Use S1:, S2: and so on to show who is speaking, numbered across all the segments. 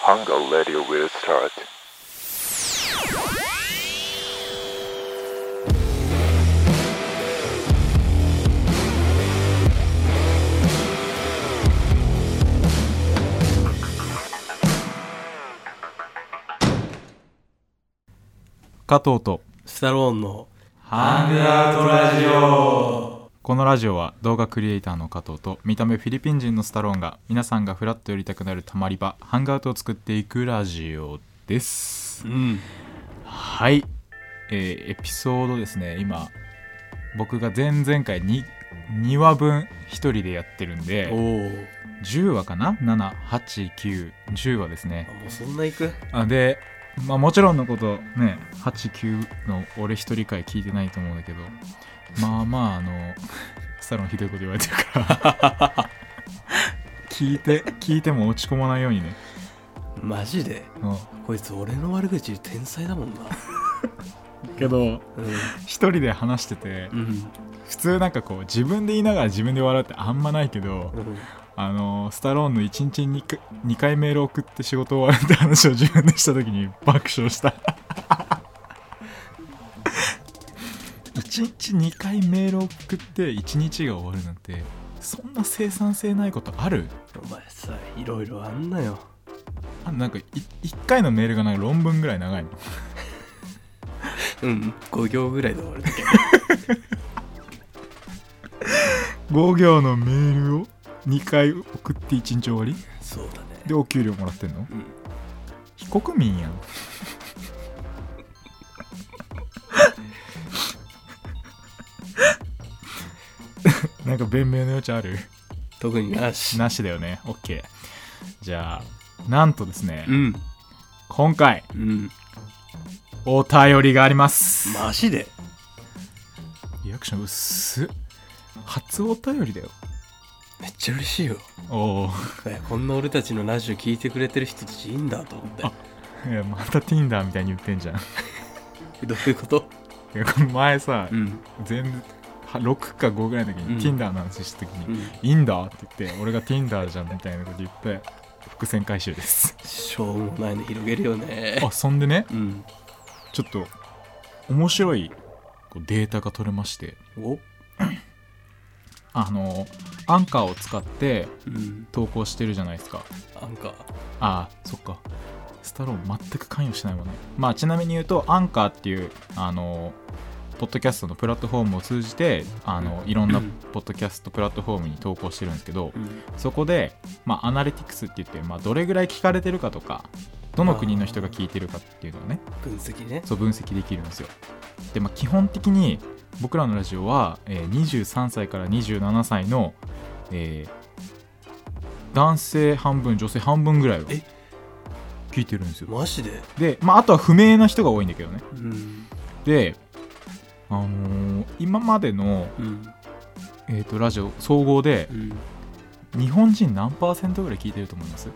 S1: Hunger Radio will start.
S2: 加藤と
S3: スタローンの
S2: ハングアウト
S3: ラジ
S2: オこのラジオは動画クリエイターの加藤と見た目フィリピン人のスタローンが皆さんがフラッと寄りたくなるたまり場ハングアウトを作っていくラジオです
S3: うん
S2: はい、えーエピソードですね今僕が前々回に2話分1人でやってるん
S3: お
S2: で
S3: おも
S2: 10話かな78910話ですね
S3: うそんないく
S2: あで、まあ、もちろんのことね89の俺一人会聞いてないと思うんだけどまあまああの スタロンひどいこと言われてるから 聞いて聞いても落ち込まないようにね、
S3: マジで
S2: うん、
S3: こいつ俺の悪口言う天才だもん な
S2: けど
S3: う
S2: 一人で話してて
S3: んうん
S2: 普通なんかこう自分で言いながら自分で笑うってあんまないけど
S3: うん
S2: あのスタローンの1日に 2, 回メール送って仕事終わるって話を自分でした時に爆笑した1日2回メール送って1日が終わるなんてそんな生産性ないことある
S3: お前さいろいろあんなよ
S2: あなんか1回のメールがなんか論文ぐらい長いの
S3: うん5行ぐらいで終わるだけ
S2: 5行のメールを2回送って1日終わり
S3: そうだね
S2: でお給料もらってんの
S3: うん
S2: 非国民やんなんか弁明の余地ある
S3: 特になし
S2: なしだよね OK じゃあなんとですね、
S3: うん
S2: 今回
S3: うん
S2: お便りがあります、
S3: マジで
S2: リアクション薄っ初お便りだよ
S3: めっちゃ嬉しいよ
S2: おお
S3: えこんな俺たちのラジオ聞いてくれてる人たちいいんだと思って
S2: いやまた Tinder みたいに言ってんじゃん
S3: どういうこと
S2: いやこの前さ、
S3: うん
S2: 全は6か5ぐらいの時に
S3: うん
S2: Tinder の話した時に、
S3: うん
S2: いいんだって言って俺が Tinder じゃんみたいなこと言って伏線回収です
S3: しょうもないの広げるよね
S2: あそんでね
S3: うん
S2: ちょっと面白いこうデータが取れまして
S3: お
S2: あのアンカーを使って
S3: うん
S2: 投稿してるじゃないですか
S3: なんか
S2: あーそっかスタローン全く関与しないわねまあちなみに言うとアンカーっていうあのポッドキャストのプラットフォームを通じてあのいろんな
S3: うん
S2: ポッドキャストプラットフォームに投稿してるんですけど、
S3: うん
S2: そこで、まあ、アナリティクスって言って、まあ、どれぐらい聞かれてるかとかどの国の人が聞いてるかっていうのをね
S3: 分析ね
S2: そう分析できるんですよで、まあ、基本的に僕らのラジオは、えー23歳から27歳の、えー男性半分女性半分ぐらいを
S3: え
S2: 聞いてるんですよ
S3: マジで
S2: で、まあ、あとは不明な人が多いんだけどね
S3: うん
S2: であのー今までの、
S3: うん
S2: えー、とラジオ総合で
S3: うん
S2: 日本人何パーセントぐらい聞いてると思います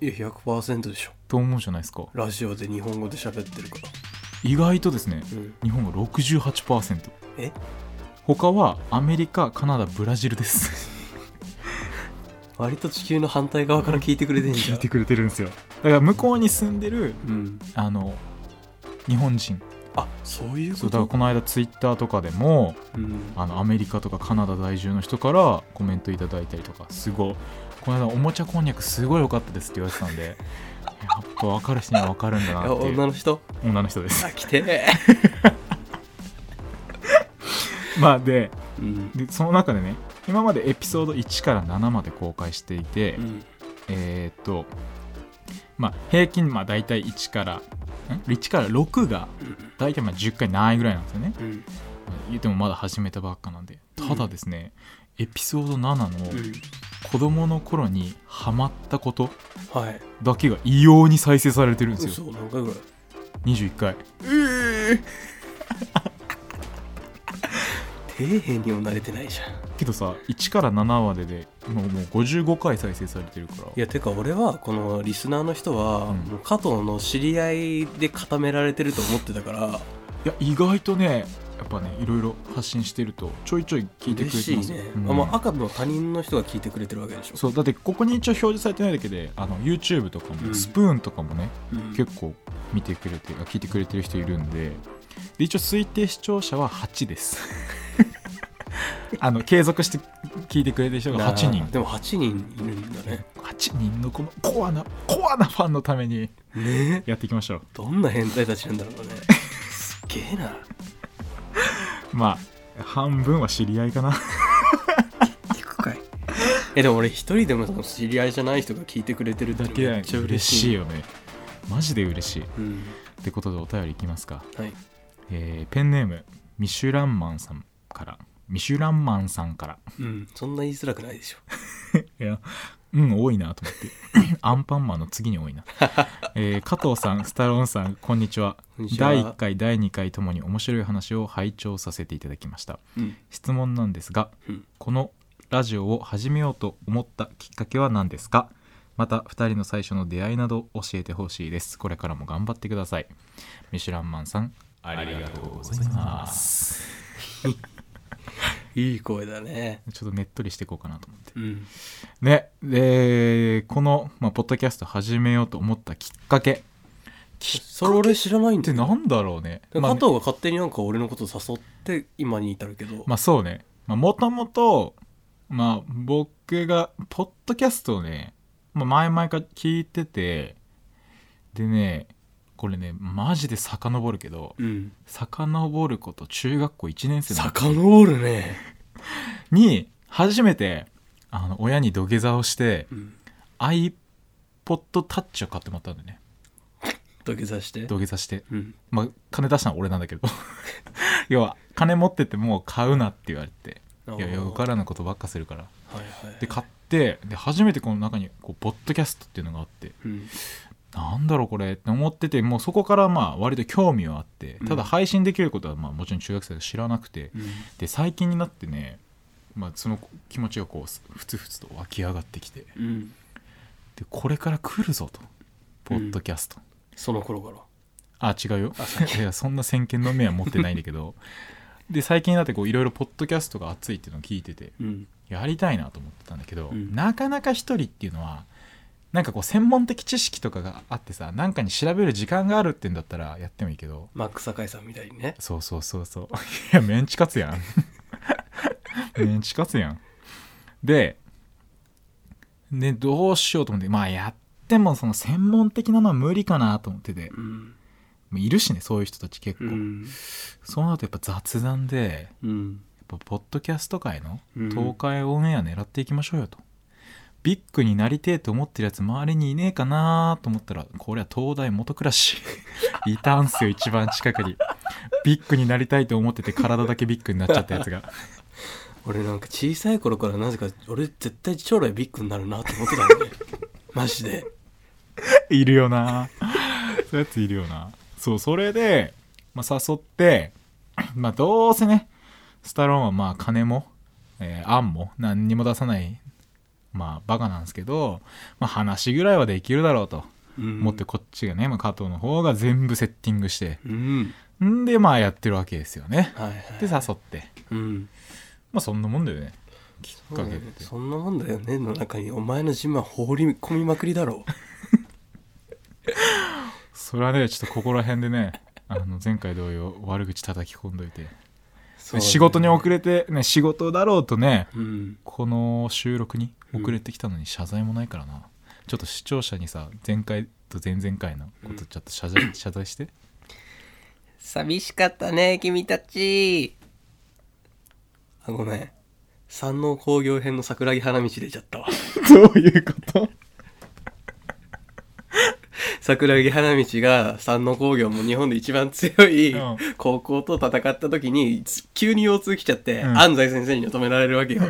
S3: いや100%でしょ
S2: と思うじゃないですか
S3: ラジオで日本語で喋ってるから
S2: 意外とですね
S3: うん
S2: 日本が68%
S3: え
S2: 他はアメリカカナダブラジルです
S3: 割と地球の反対側から聞いてくれてんじ
S2: 聞
S3: ゃ
S2: い
S3: ん
S2: てくれてるんですよだから向こうに住んでる
S3: うん
S2: あの日本人
S3: あそういう
S2: そ
S3: こ
S2: うだから
S3: と
S2: この間ツイッターとかでも
S3: うん
S2: あのアメリカとかカナダ在住の人からコメントいただいたりとかすごいこの間おもちゃこんにゃくすごい良かったですって言われてた んでやっぱ分かる人には分かるんだ
S3: い
S2: な
S3: や
S2: っていう
S3: 女の人
S2: 女の人です
S3: あ来て
S2: まあで
S3: うん
S2: でその中でね今までエピソード1から7まで公開していて、
S3: うん
S2: えーっと、まあ、平均まあ大体1からん1から6が大体まあ10回ないぐらいなんですよね
S3: うん
S2: 言ってもまだ始めたばっかなんで
S3: うん
S2: ただですね、エピソード7の
S3: うん
S2: 子供の頃にハマったこと
S3: はい
S2: だけが異様に再生されてるんですよ
S3: 嘘何回ぐらい
S2: 21回
S3: 底辺にも慣れてないじゃん
S2: けどさ1から7まででもうもう55回再生されてるから
S3: いやてか俺はこのリスナーの人
S2: う
S3: は、
S2: ん
S3: もう加藤の知り合いで固められてると思ってたから
S2: いや意外とねやっぱねいろいろ発信してるとちょいちょい聞いてくれ
S3: 嬉
S2: て
S3: し
S2: ま
S3: い
S2: す
S3: ね、
S2: うん
S3: あまあ赤の他人の人が聞いてくれてるわけでしょ
S2: そうだってここに一応表示されてないだけであの YouTube とか
S3: う
S2: も
S3: ん
S2: スプーンとかもね、
S3: うん
S2: 結構見てくれてあ聞いてくれてる人いるんでで一応推定視聴者は8です あの継続して聞いてくれてる人が8
S3: なあ
S2: 人
S3: でも8人いるんだね
S2: 8人のこのコアなコアなファンのために
S3: ねえ
S2: やっていきましょう
S3: どんな変態たちなんだろうねすげえな
S2: まあ半分は知り合いかな
S3: 行くかいえでも俺一人でもその知り合いじゃない人が聞いてくれてるだ
S2: だ
S3: け
S2: け
S3: め
S2: で
S3: っちゃ嬉
S2: 嬉
S3: しい
S2: しいよねマジで嬉しいっ
S3: うん
S2: てことでお便りいきますか
S3: はい
S2: えーペンネームミシュランマンさんからミシュランマンさんから
S3: うんそんな言いづらくないでしょ
S2: いやうん多いなと思って アンパンマンの次に多いな、えー加藤さんスタローンさんこんにちは
S3: こんにちは
S2: 第1回第2回ともに面白い話を拝聴させていただきました
S3: うん
S2: 質問なんですが
S3: うん
S2: このラジオを始めようと思ったきっかけは何ですかまた2人の最初の出会いなど教えてほしいですこれからも頑張ってくださいミシュランマンさんありがとうございます
S3: いい声だね
S2: ちょっとねっとりしていこうかなと思って
S3: うん
S2: ねでこの、まあ、ポッドキャスト始めようと思ったきっかけきっ
S3: それ俺知らないん
S2: っ
S3: だ
S2: て
S3: よ
S2: なんだろうね,、
S3: 加
S2: まあ、ね
S3: 藤が勝手になんか俺のこと誘って今に至るけど、
S2: まあそうねもともとまあ僕がポッドキャストをね、まあ、前々から聞いててでねこれねマジで遡るけど
S3: うん
S2: 遡ること中学校1年生の時
S3: 遡るね、
S2: に初めてあの親に土下座をして
S3: うん
S2: iPod Touch を買ってもらったんだよね
S3: 土下座して
S2: 土下座して
S3: うん
S2: まあ、金出したのは俺なんだけど 要は金持っててもう買うなって言われていやいや
S3: あー
S2: よからぬことばっかするから
S3: はいはい
S2: で買ってで初めてこの中にこうポッドキャストっていうのがあって
S3: うん
S2: なんだろうこれって思っててもうそこからまあ割と興味はあって
S3: うん
S2: ただ配信できることはまあもちろん中学生で知らなくて
S3: うん
S2: で最近になってね、まあ、その気持ちがこうふつふつと湧き上がってきて
S3: うん
S2: でこれから来るぞとポッドキャスト、
S3: その頃から
S2: あ違うよいやそんな先見の目は持ってないんだけ どで最近になってこういろいろポッドキャストが熱いっていうのを聞いてて
S3: うん
S2: やりたいなと思ってたんだけど、
S3: うん
S2: なかなか一人っていうのはなんかこう専門的知識とかがあってさなんかに調べる時間があるってんだったらやってもいいけど
S3: マック酒井さんみたいにね
S2: そうそうそうそう いやメンチカツやん メンチカツやんでねどうしようと思ってまあやってもその専門的なのは無理かなと思ってて
S3: うん
S2: いるしねそういう人たち結
S3: う
S2: 構、
S3: ん
S2: そうなるとやっぱ雑談で
S3: うん
S2: やっぱポッドキャスト界の
S3: うん
S2: 東海オンエア狙っていきましょうよと、ビッグになりてえと思ってるやつ周りにいねえかなと思ったらこれは東大元暮ら しいたんすよ一番近くにビッグになりたいと思ってて体だけビッグになっちゃったやつが
S3: 俺なんか小さい頃からなぜか俺絶対将来ビッグになるなと思ってたんで マジで
S2: いるよなそういうやついるよなそうそれで、まあ、誘って まあどうせねスタローンはまあ金も、えー案も何にも出さないまあバカなんですけど、まあ、話ぐらいはできるだろうと
S3: うん
S2: 思ってこっちがね、まあ、加藤の方が全部セッティングして
S3: うん
S2: んでまあやってるわけですよね
S3: はいはい
S2: で誘って
S3: うん
S2: まあそんなもんだよねきっ
S3: そ
S2: か
S3: うだ
S2: けっ
S3: よ
S2: て
S3: ねそんなもんだよねの中にお前のジムは放り込みまくりだろ
S2: それはねちょっとここら辺でねあの前回同様悪口叩き込んどいて、
S3: そうだよね
S2: 仕事に遅れて、ね、仕事だろうとね
S3: うん
S2: この収録に遅れてきたのに謝罪もないからな、ちょっと視聴者にさ前回と前々回のことちょっと謝罪,、 謝罪して
S3: 寂しかったね君たちあごめん山王工業編の桜木花道出ちゃったわ
S2: どういうこと
S3: 桜木花道が山王工業も日本で一番強い
S2: うん
S3: 高校と戦った時に急に腰痛来ちゃって、
S2: ん
S3: 安西先生に止められるわけよ、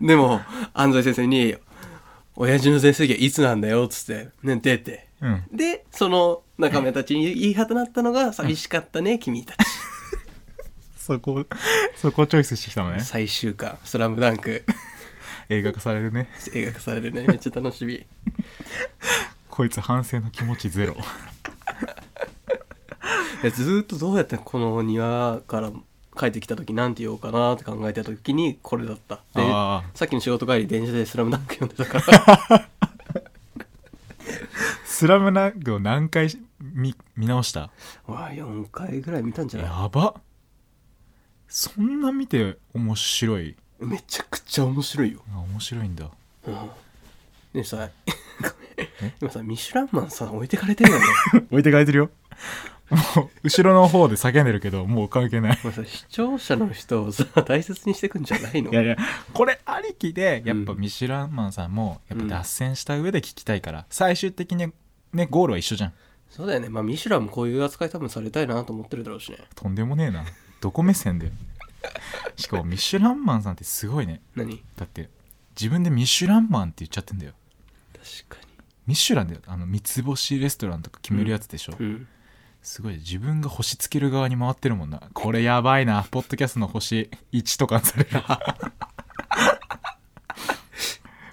S3: でも安西先生に「親父の成績はいつなんだよ」っつって「ね出て」
S2: うん
S3: でその仲間たちに言い放ったのが「寂しかったね君たち」
S2: そこそこをチョイスしてきたのね
S3: 最終巻「スラムダンク
S2: 映画化されるね
S3: 映画化され るねめっちゃ楽しみ
S2: こいつ反省の気持 ちゼロ
S3: いやずーっとどうやってこの庭から帰ってきた時なんて言おうかなって考えた時にこれだったで
S2: あ
S3: さっきの仕事帰り電車で「スラムダンク読んでた から
S2: スラムダンクを何回し見見直した
S3: うわ4回ぐらい見たんじゃない
S2: やばそんな見て面白い
S3: めちゃくちゃ面白いよ、
S2: あ面白いんだ
S3: うん、で さ今さミシュランマンさ置いてかれてるよ ね
S2: 置いてかれてるよもう後ろの方で叫んでるけどもう関係ない
S3: お前さ視聴者の人をさ大切にしてくんじゃないの
S2: いやいやこれありきでやっぱ
S3: うん
S2: ミシュランマンさんもやっ
S3: うん
S2: ぱ脱線した上で聞きたいから、最終的にねゴールは一緒じゃん
S3: そうだよねまあミシュランもこういう扱い多分されたいなと思ってるだろうしね
S2: とんでもねえなどこ目線 でしかもミシュランマンさんってすごいね
S3: 何
S2: だって自分でミシュランマンって言っちゃってんだよ
S3: 確か
S2: ミシュランだよあの三つ星レストランとか決めるやつでしょ、
S3: にうん
S2: すごい自分が星つける側に回ってるもんなこれやばいなポッドキャストの星1とかにされる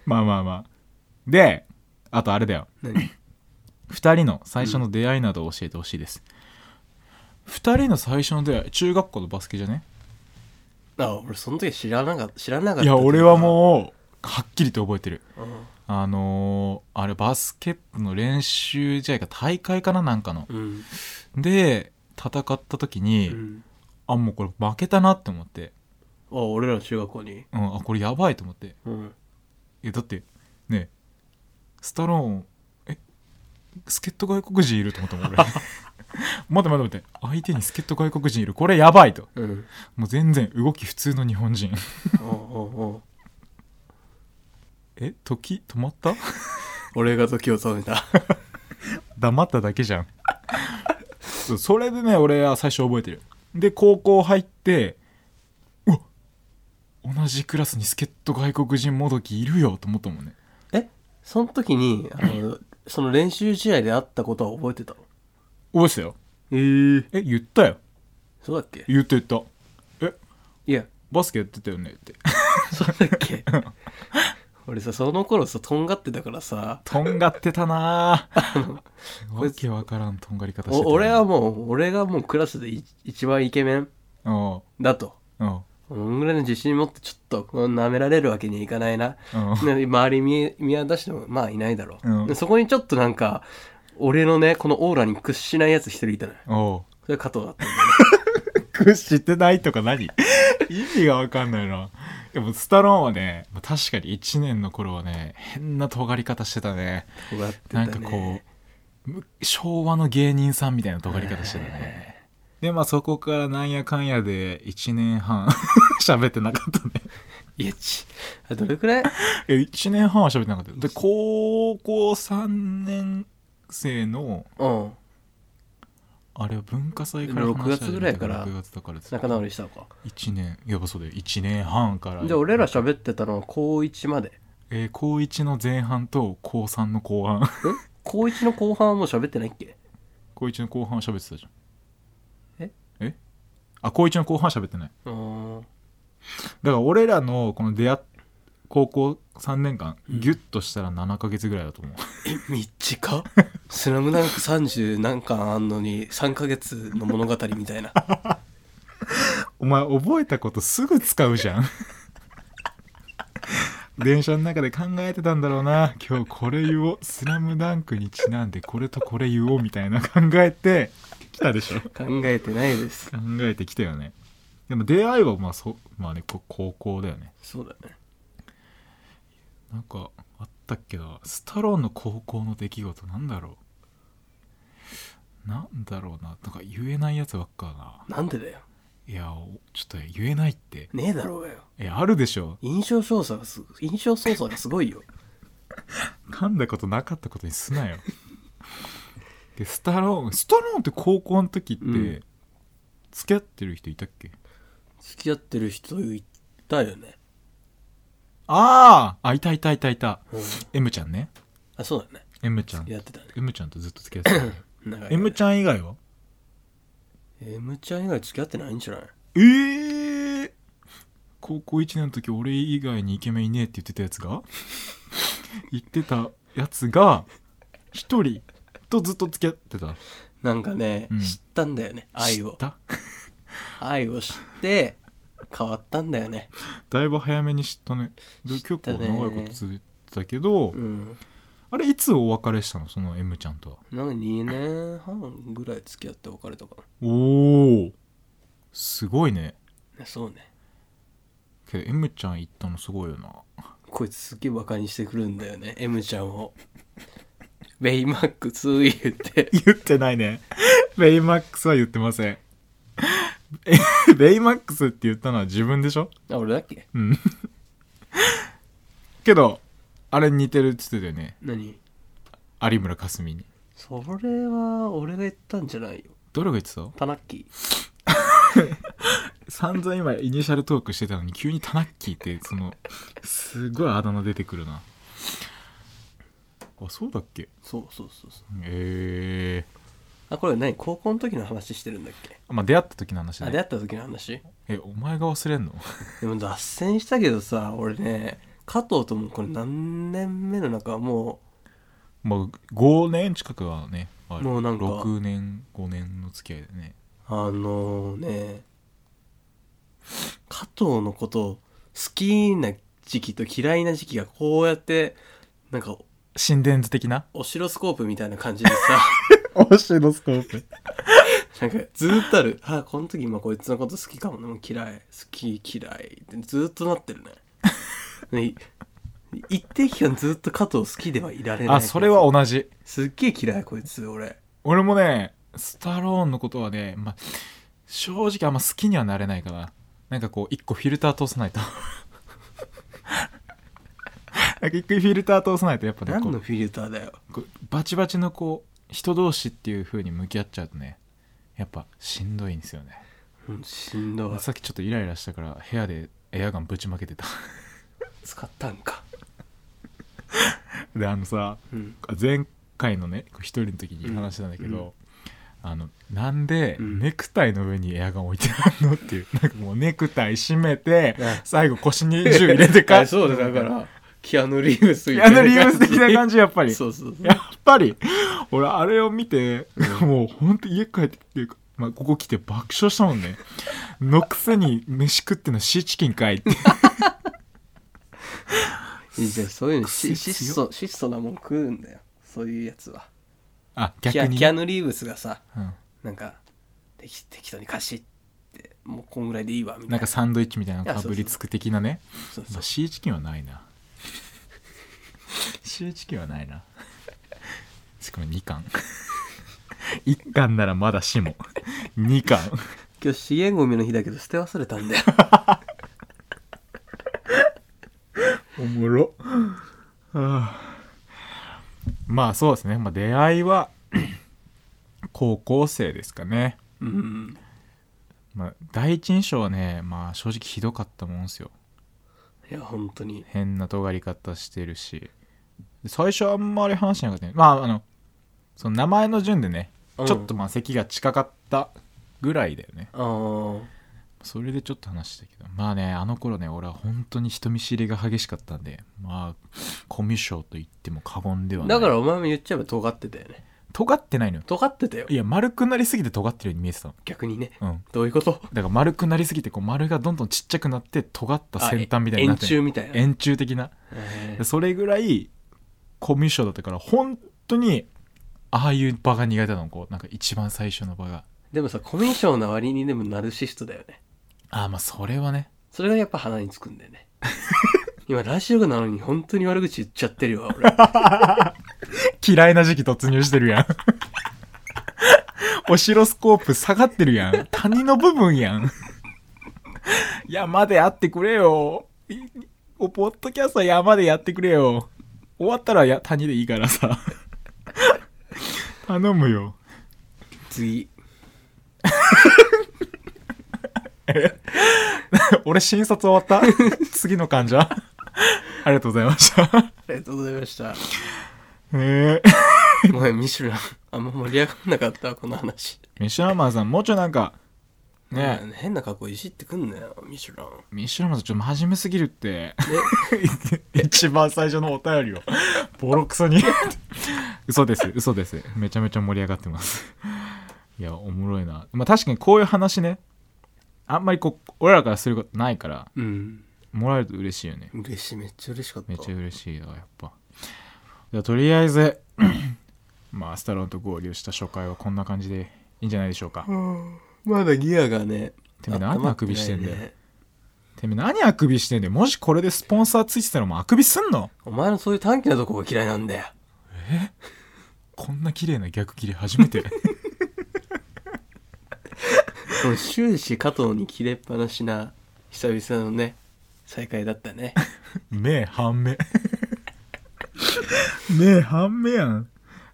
S2: まあまあまあであとあれだよ
S3: 何
S2: 2人の最初の出会いなどを教えてほしいです、二2人の最初の出会い中学校のバスケじゃね
S3: あ俺その時知らなかった知らなかった
S2: いや俺はもうはっきりと覚えてる
S3: う、うん
S2: あのーあれバスケットの練習試合か大会かななんかの
S3: うん
S2: で戦った時に、
S3: うん、
S2: あもうこれ負けたなって思って、
S3: あ俺らの中学校に、
S2: うん、あこれやばいと思って
S3: うん、
S2: えだってねスタローンえ助っ人外国人いると思ったもん俺待って待って待って相手に助っ人外国人いるこれやばいと
S3: うん、
S2: もう全然動き普通の日本人
S3: おうおうおう
S2: え時止まった
S3: 俺が時を止めた
S2: 黙っただけじゃんそうそれでね俺は最初覚えてるで高校入ってうわ同じクラスに助っ人外国人もどきいるよと思ったもんね
S3: えその時にあのその練習試合で会ったことは覚えてたの
S2: 覚えてたよ
S3: え
S2: え
S3: え
S2: 言ったよ
S3: そうだっけ
S2: 言った言ったえ
S3: いや
S2: バスケやってたよねって
S3: そうだっけ 俺さその頃さとんがってたからさ
S2: とんがってた なぁ。わけわからんとんがり方してたな。
S3: お俺はもう俺がもうクラスでい一番イケメン
S2: うん。
S3: だと
S2: うん。
S3: このぐらいの自信持ってちょっとこう舐められるわけにはいかないな
S2: うん。
S3: ね周り見見渡してもまあいないだろう、
S2: うん
S3: でそこにちょっとなんか俺のねこのオーラに屈しないやつ一人いたのよ
S2: お
S3: それ加藤だったんだよ
S2: う。知ってないとか何 意味がわかんないな。でも、スタローンはね、確かに1年の頃はね、変なとがり方してたね。
S3: 尖ってた
S2: な
S3: ね
S2: んかこう、む昭和の芸人さんみたいなとがり方してたね。で、まあそこからなんやかんやで1年半 喋ってなかったね。
S3: いやちあどれくらい
S2: え1年半は喋ってなかったよで高校3年生の
S3: うん
S2: あれは文化祭から
S3: 6月ぐらいから
S2: 6月だからずっと
S3: 仲直りしたのか
S2: 1年やっぱそうだよ1年半から
S3: じゃあ俺ら喋ってたのは高1までん
S2: えー高1の前半と高3の後半
S3: 高1の後半はもう喋ってないっけ
S2: 高1の後半は喋ってたじゃん
S3: え
S2: えあ高1の後半は喋ってないう
S3: ーん
S2: だから俺らのこの出会っ高校3年間
S3: うん
S2: ギュッとしたら7ヶ月ぐらいだと思う、
S3: え 短っ「スラムダンク30何巻あんのに3ヶ月の物語みたいな
S2: お前覚えたことすぐ使うじゃん 電車の中で考えてたんだろうな今日これ言おう「スラムダンクにちなんでこれとこれ言おうみたいな考えてきたでしょ
S3: 考えてないです
S2: 考えてきたよねでも出会いはまあそまあねこ高校だよね
S3: そうだね
S2: なんかあったっけなスタローンの高校の出来事なんだろうなんだろうななんか言えないやつばっか
S3: なんでだよ
S2: ないやおちょっと言えないって
S3: ねえだろうがよ
S2: えあるでしょ
S3: 印象操作がすご印象操作がすごいよ
S2: 噛んだことなかったことにすなよでスタローンスタローンって高校の時って、
S3: うん
S2: 付き合ってる人いたっけ
S3: 付き合ってる人いたよね、
S2: あーあいたいたいたいた
S3: うん、
S2: M ちゃんね
S3: あそうだね
S2: M ちゃん
S3: やってたね
S2: M ちゃんとずっと付き合ってたね
S3: 長 いね
S2: M ちゃん以外は
S3: M ちゃん以外付き合ってないんじゃない
S2: えー、高校1年の時俺以外にイケメンいねえって言ってたやつ が言ってたやつが一人とずっと付き合ってた
S3: なんかね、
S2: うん
S3: 知ったんだよね愛
S2: 知っ
S3: を
S2: た
S3: 愛を知って変わったんだよね
S2: だいぶ早めに知ったねで
S3: 知
S2: 結
S3: った
S2: 構
S3: ね
S2: 長いこと続いてたけど、
S3: うん
S2: あれいつお別れしたのその M ちゃんとは
S3: なんか2年半ぐらい付き合って別れたか
S2: おおすごいね
S3: なそうね
S2: けど M ちゃん行ったのすごいよな
S3: こいつすっげえバカにしてくるんだよね M ちゃんをベイマックス言って
S2: 言ってないね。 ベイマックスは言ってません。 ベイマックスって言ったのは自分でしょ
S3: あ俺だっけ
S2: うん。けど、あれ似てるって言ってたよね。
S3: 何
S2: 有村架純に。
S3: それは俺が言ったんじゃないよ
S2: どれが言ってた
S3: タナッキ
S2: 散々今イニシャルトークしてたのに急にタナッキーって、その、すごいあだ名出てくるな。あ、そうだっけ
S3: そうそうそうそう
S2: ええ
S3: あこれ何高校の時の話してるんだっけ
S2: まあ出会った時の話
S3: あ
S2: だ
S3: 出
S2: ね。
S3: 会った時の話
S2: え、お前が忘れんの
S3: でも脱線したけどさ俺ね加藤ともこれ何年目の中も
S2: もう5年近くはね、ある
S3: もうなんか
S2: 6年、5年の付き合いでね。
S3: うあのね加藤のことを好きな時期と嫌いな時期がこうやってなんか
S2: 心電図 的な
S3: オシロスコープみたいな感じでさ
S2: オシロスコープ。
S3: なんかずーっとある「あこの時今こいつのこと好きかもなもう嫌い好き嫌い」ってずーっとなってるねね一定期間ずーっと加藤好きではいられない
S2: あ、それは同じ。
S3: すっげえ嫌いこいつ俺
S2: 俺もね、スタローンのことはね、まあ、正直あんま好きにはなれないから、なんかこう、一個フィルター通さないと。 なんか一個フィルター通さないとやっぱね
S3: 何
S2: こ
S3: の
S2: う
S3: フィルターだよ
S2: こうバチバチのこう人同士っていう風に向き合っちゃうとねやっぱしんどいんですよね
S3: うんしんどい
S2: さっきちょっとイライラしたから部屋でエアガンぶちまけてた
S3: 使ったんか
S2: であのさ
S3: うん
S2: 前回のねこう一人の時に話してたんだけど、あのなんで
S3: うん
S2: ネクタイの上にエアガン置いてあるのっていう なんかもうネクタイ締めて
S3: ね
S2: 最後腰に銃入れてか
S3: そうだだからキアヌ・リーブス
S2: いやあの理由的な感じやっぱ り
S3: そうそうそう
S2: やっぱり俺あれを見て、
S3: う
S2: もうほんと家帰ってきて、まあ、ここ来て爆笑したもんねのくせに飯食ってんのシーチキンかいって
S3: じゃあそういうの
S2: 癖
S3: し
S2: 強
S3: 質素質素なもん食うんだよそういうやつは
S2: あ
S3: キア
S2: 逆に
S3: キアヌ・リーブスがさ
S2: うん
S3: なんか適適当に貸しってもうこんぐらいでいいわみたいな
S2: なんかサンドイッチみたいなのかぶりつく的なね
S3: そう
S2: ま
S3: そ
S2: あ、
S3: う
S2: シーチキンはないな シーチキンはないなしかも2巻1巻ならまだしも2巻
S3: 今日資源ゴミの日だけど捨て忘れたんだよ
S2: おもろ、はあ、まあそうですね、まあ、出会いは 高校生ですかね、
S3: うん
S2: まあ、第一印象はね、まあ、正直ひどかったもんですよ
S3: いや本当に
S2: 変な尖り方してるしで最初あんまり話しなかったねまああのその名前の順でね、
S3: うん
S2: ちょっとまあ席が近かったぐらいだよね
S3: ああ
S2: それでちょっと話したけどまあねあの頃ね俺は本当に人見知りが激しかったんでまあコミュ障と言っても過言ではない
S3: だからお前も言っちゃえば尖ってたよね
S2: 尖ってないのよ
S3: 尖ってたよ
S2: いや丸くなりすぎて尖ってるように見えてたの
S3: 逆にね
S2: うん
S3: どういうこと
S2: だから丸くなりすぎてこう丸がどんどんちっちゃくなって尖った先端みたいになっ
S3: 円
S2: てる
S3: 柱みたいな
S2: 円柱的な
S3: え
S2: でそれぐらいコミュ障だったから本当にああいう場が苦手なのこうなんか一番最初の場が
S3: ーでもさコミュ障な割にでもナルシストだよね
S2: ああまあそれはね
S3: それがやっぱ鼻につくんだ よね今ラジオなのに本当に悪口言っちゃってる わ俺
S2: 嫌いな時期突入してるやん オシロスコープ下がってるやん谷の部分やん山でやってくれよいおポッドキャストは山でやってくれよ終わったらや谷でいいからさ頼むよ
S3: 次
S2: 俺診察終わった次の患者ありがとうございました
S3: ありがとうございました
S2: へえ。
S3: ごめんミシュランあんま盛り上がんなかったわこの話
S2: ミシュランマンさん、もうちょいなんか、ねえ、
S3: ね変な格好いじってくんなよミシュラン
S2: ミシュランマンさんちょっと真面目すぎるって。 一番最初のお便りを、ボロクソに。嘘です、嘘です。めちゃめちゃ盛り上がってます。いや、おもろいな。まあ確かにこういう話ね、あんまりこう俺らからすることないから
S3: うん
S2: もらえると嬉しいよね
S3: 嬉しいめっちゃ嬉しかった
S2: めっちゃ嬉しいよやっぱじゃあとりあえずまあスタローンと合流した初回はこんな感じでいいんじゃないでしょうか
S3: うんまだギアがね
S2: てめえ何あくびしてんだよ
S3: 温まってないね
S2: てめえ何あくびしてんだよもしこれでスポンサーついてたらもうあくびすんの
S3: お前のそういう短気なとこが嫌いなんだよ
S2: こんな綺麗な逆切り初めて
S3: 俺終始加藤に切れっぱなしな久々のね再会だったね
S2: 目半目 目半目やん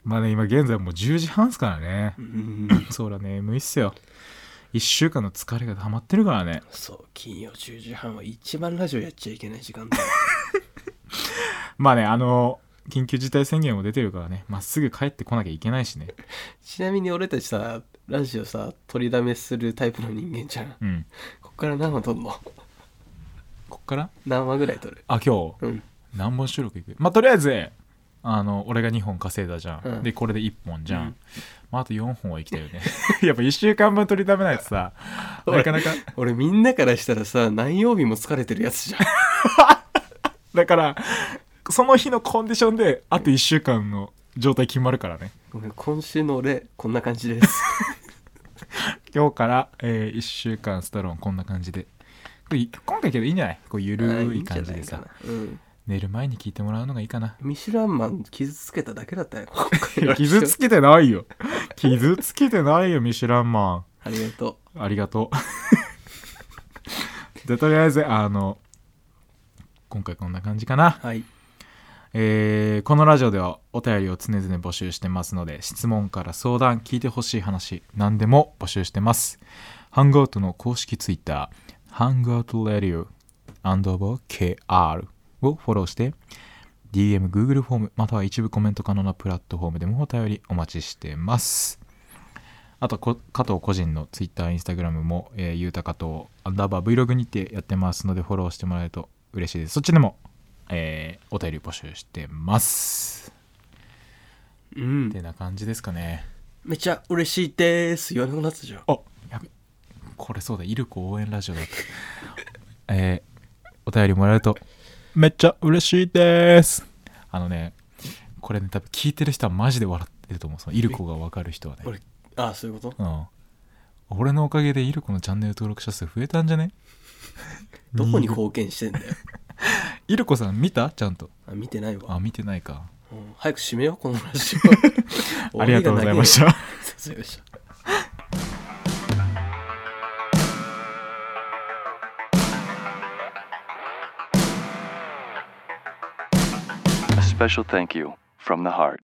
S2: まあね今現在もう10時半っすからね
S3: うん
S2: そうだね眠いっすよ1週間の疲れが溜まってるからね
S3: そう金曜10時半は一番ラジオやっちゃいけない時間だよ
S2: まあねあの緊急事態宣言も出てるからねまっすぐ帰ってこなきゃいけないしね
S3: ちなみに俺たちさラジオさ取りだめするタイプの人間じゃん
S2: うん
S3: こっから何話取んの
S2: こっから
S3: 何話ぐらい取る
S2: あ今日
S3: うん
S2: 何本収録いくまあとりあえずあの俺が2本稼いだじゃん、
S3: うん
S2: でこれで1本じゃん、
S3: うん
S2: まあ、あと4本は生きたよね やっぱ1週間分取りためないと さなかなか
S3: 俺みんなからしたらさ何曜日も疲れてる やつじゃん
S2: だからその日のコンディションであと1週間の状態決まるからね
S3: ごめん今週の俺こんな感じです
S2: 今日から、え1週間スタローンこんな感じでこれ今回けどいいんじゃないこうゆるい感じでさ
S3: あーいいんじゃないかなうん
S2: 寝る前に聞いてもらうのがいいかな
S3: ミシュランマン傷つけただけだった よ今回
S2: いや
S3: の
S2: 傷つけてないよ傷つけてないよミシュランマ
S3: ありがと
S2: ンありがと うでとりあえずあの今回こんな感じかな
S3: うはい
S2: えーこのラジオではお便りを常々募集してますので質問から相談聞いてほしい話何でも募集してますハングアウトの公式ツイッターハングアウトレディオアンドボ KR をフォローして DM、Google フォームまたは一部コメント可能なプラットフォームでもお便りお待ちしてますあとこ加藤個人のツイッターインスタグラムも、えー、ゆうた加藤アンダーバー Vlog にてやってますのでフォローしてもらえると嬉しいですそっちでもえーお便り募集してます。
S3: うん
S2: てな感じですかね。
S3: めっちゃ嬉しいです言わなくなったじゃん
S2: あやべ。これそうだ、イルコ応援ラジオだった。 えーお便りもらえると、めっちゃ嬉しいです。あのね、これね、多分聞いてる人はマジで笑ってると思う。そのイルコがわかる人はね。
S3: 俺ああそういうこと
S2: うん。俺のおかげでイルコのチャンネル登録者数増えたんじゃね
S3: どこに貢献してんだ よ
S2: イルコさん見たちゃんと。
S3: あ見てないわ
S2: あ、見てないか。
S3: うん早く締めようこのラジ オ
S2: ありがとうございまし
S3: 終わ
S2: た。
S3: りが長ありがとうございました
S4: A special thank you from the heart.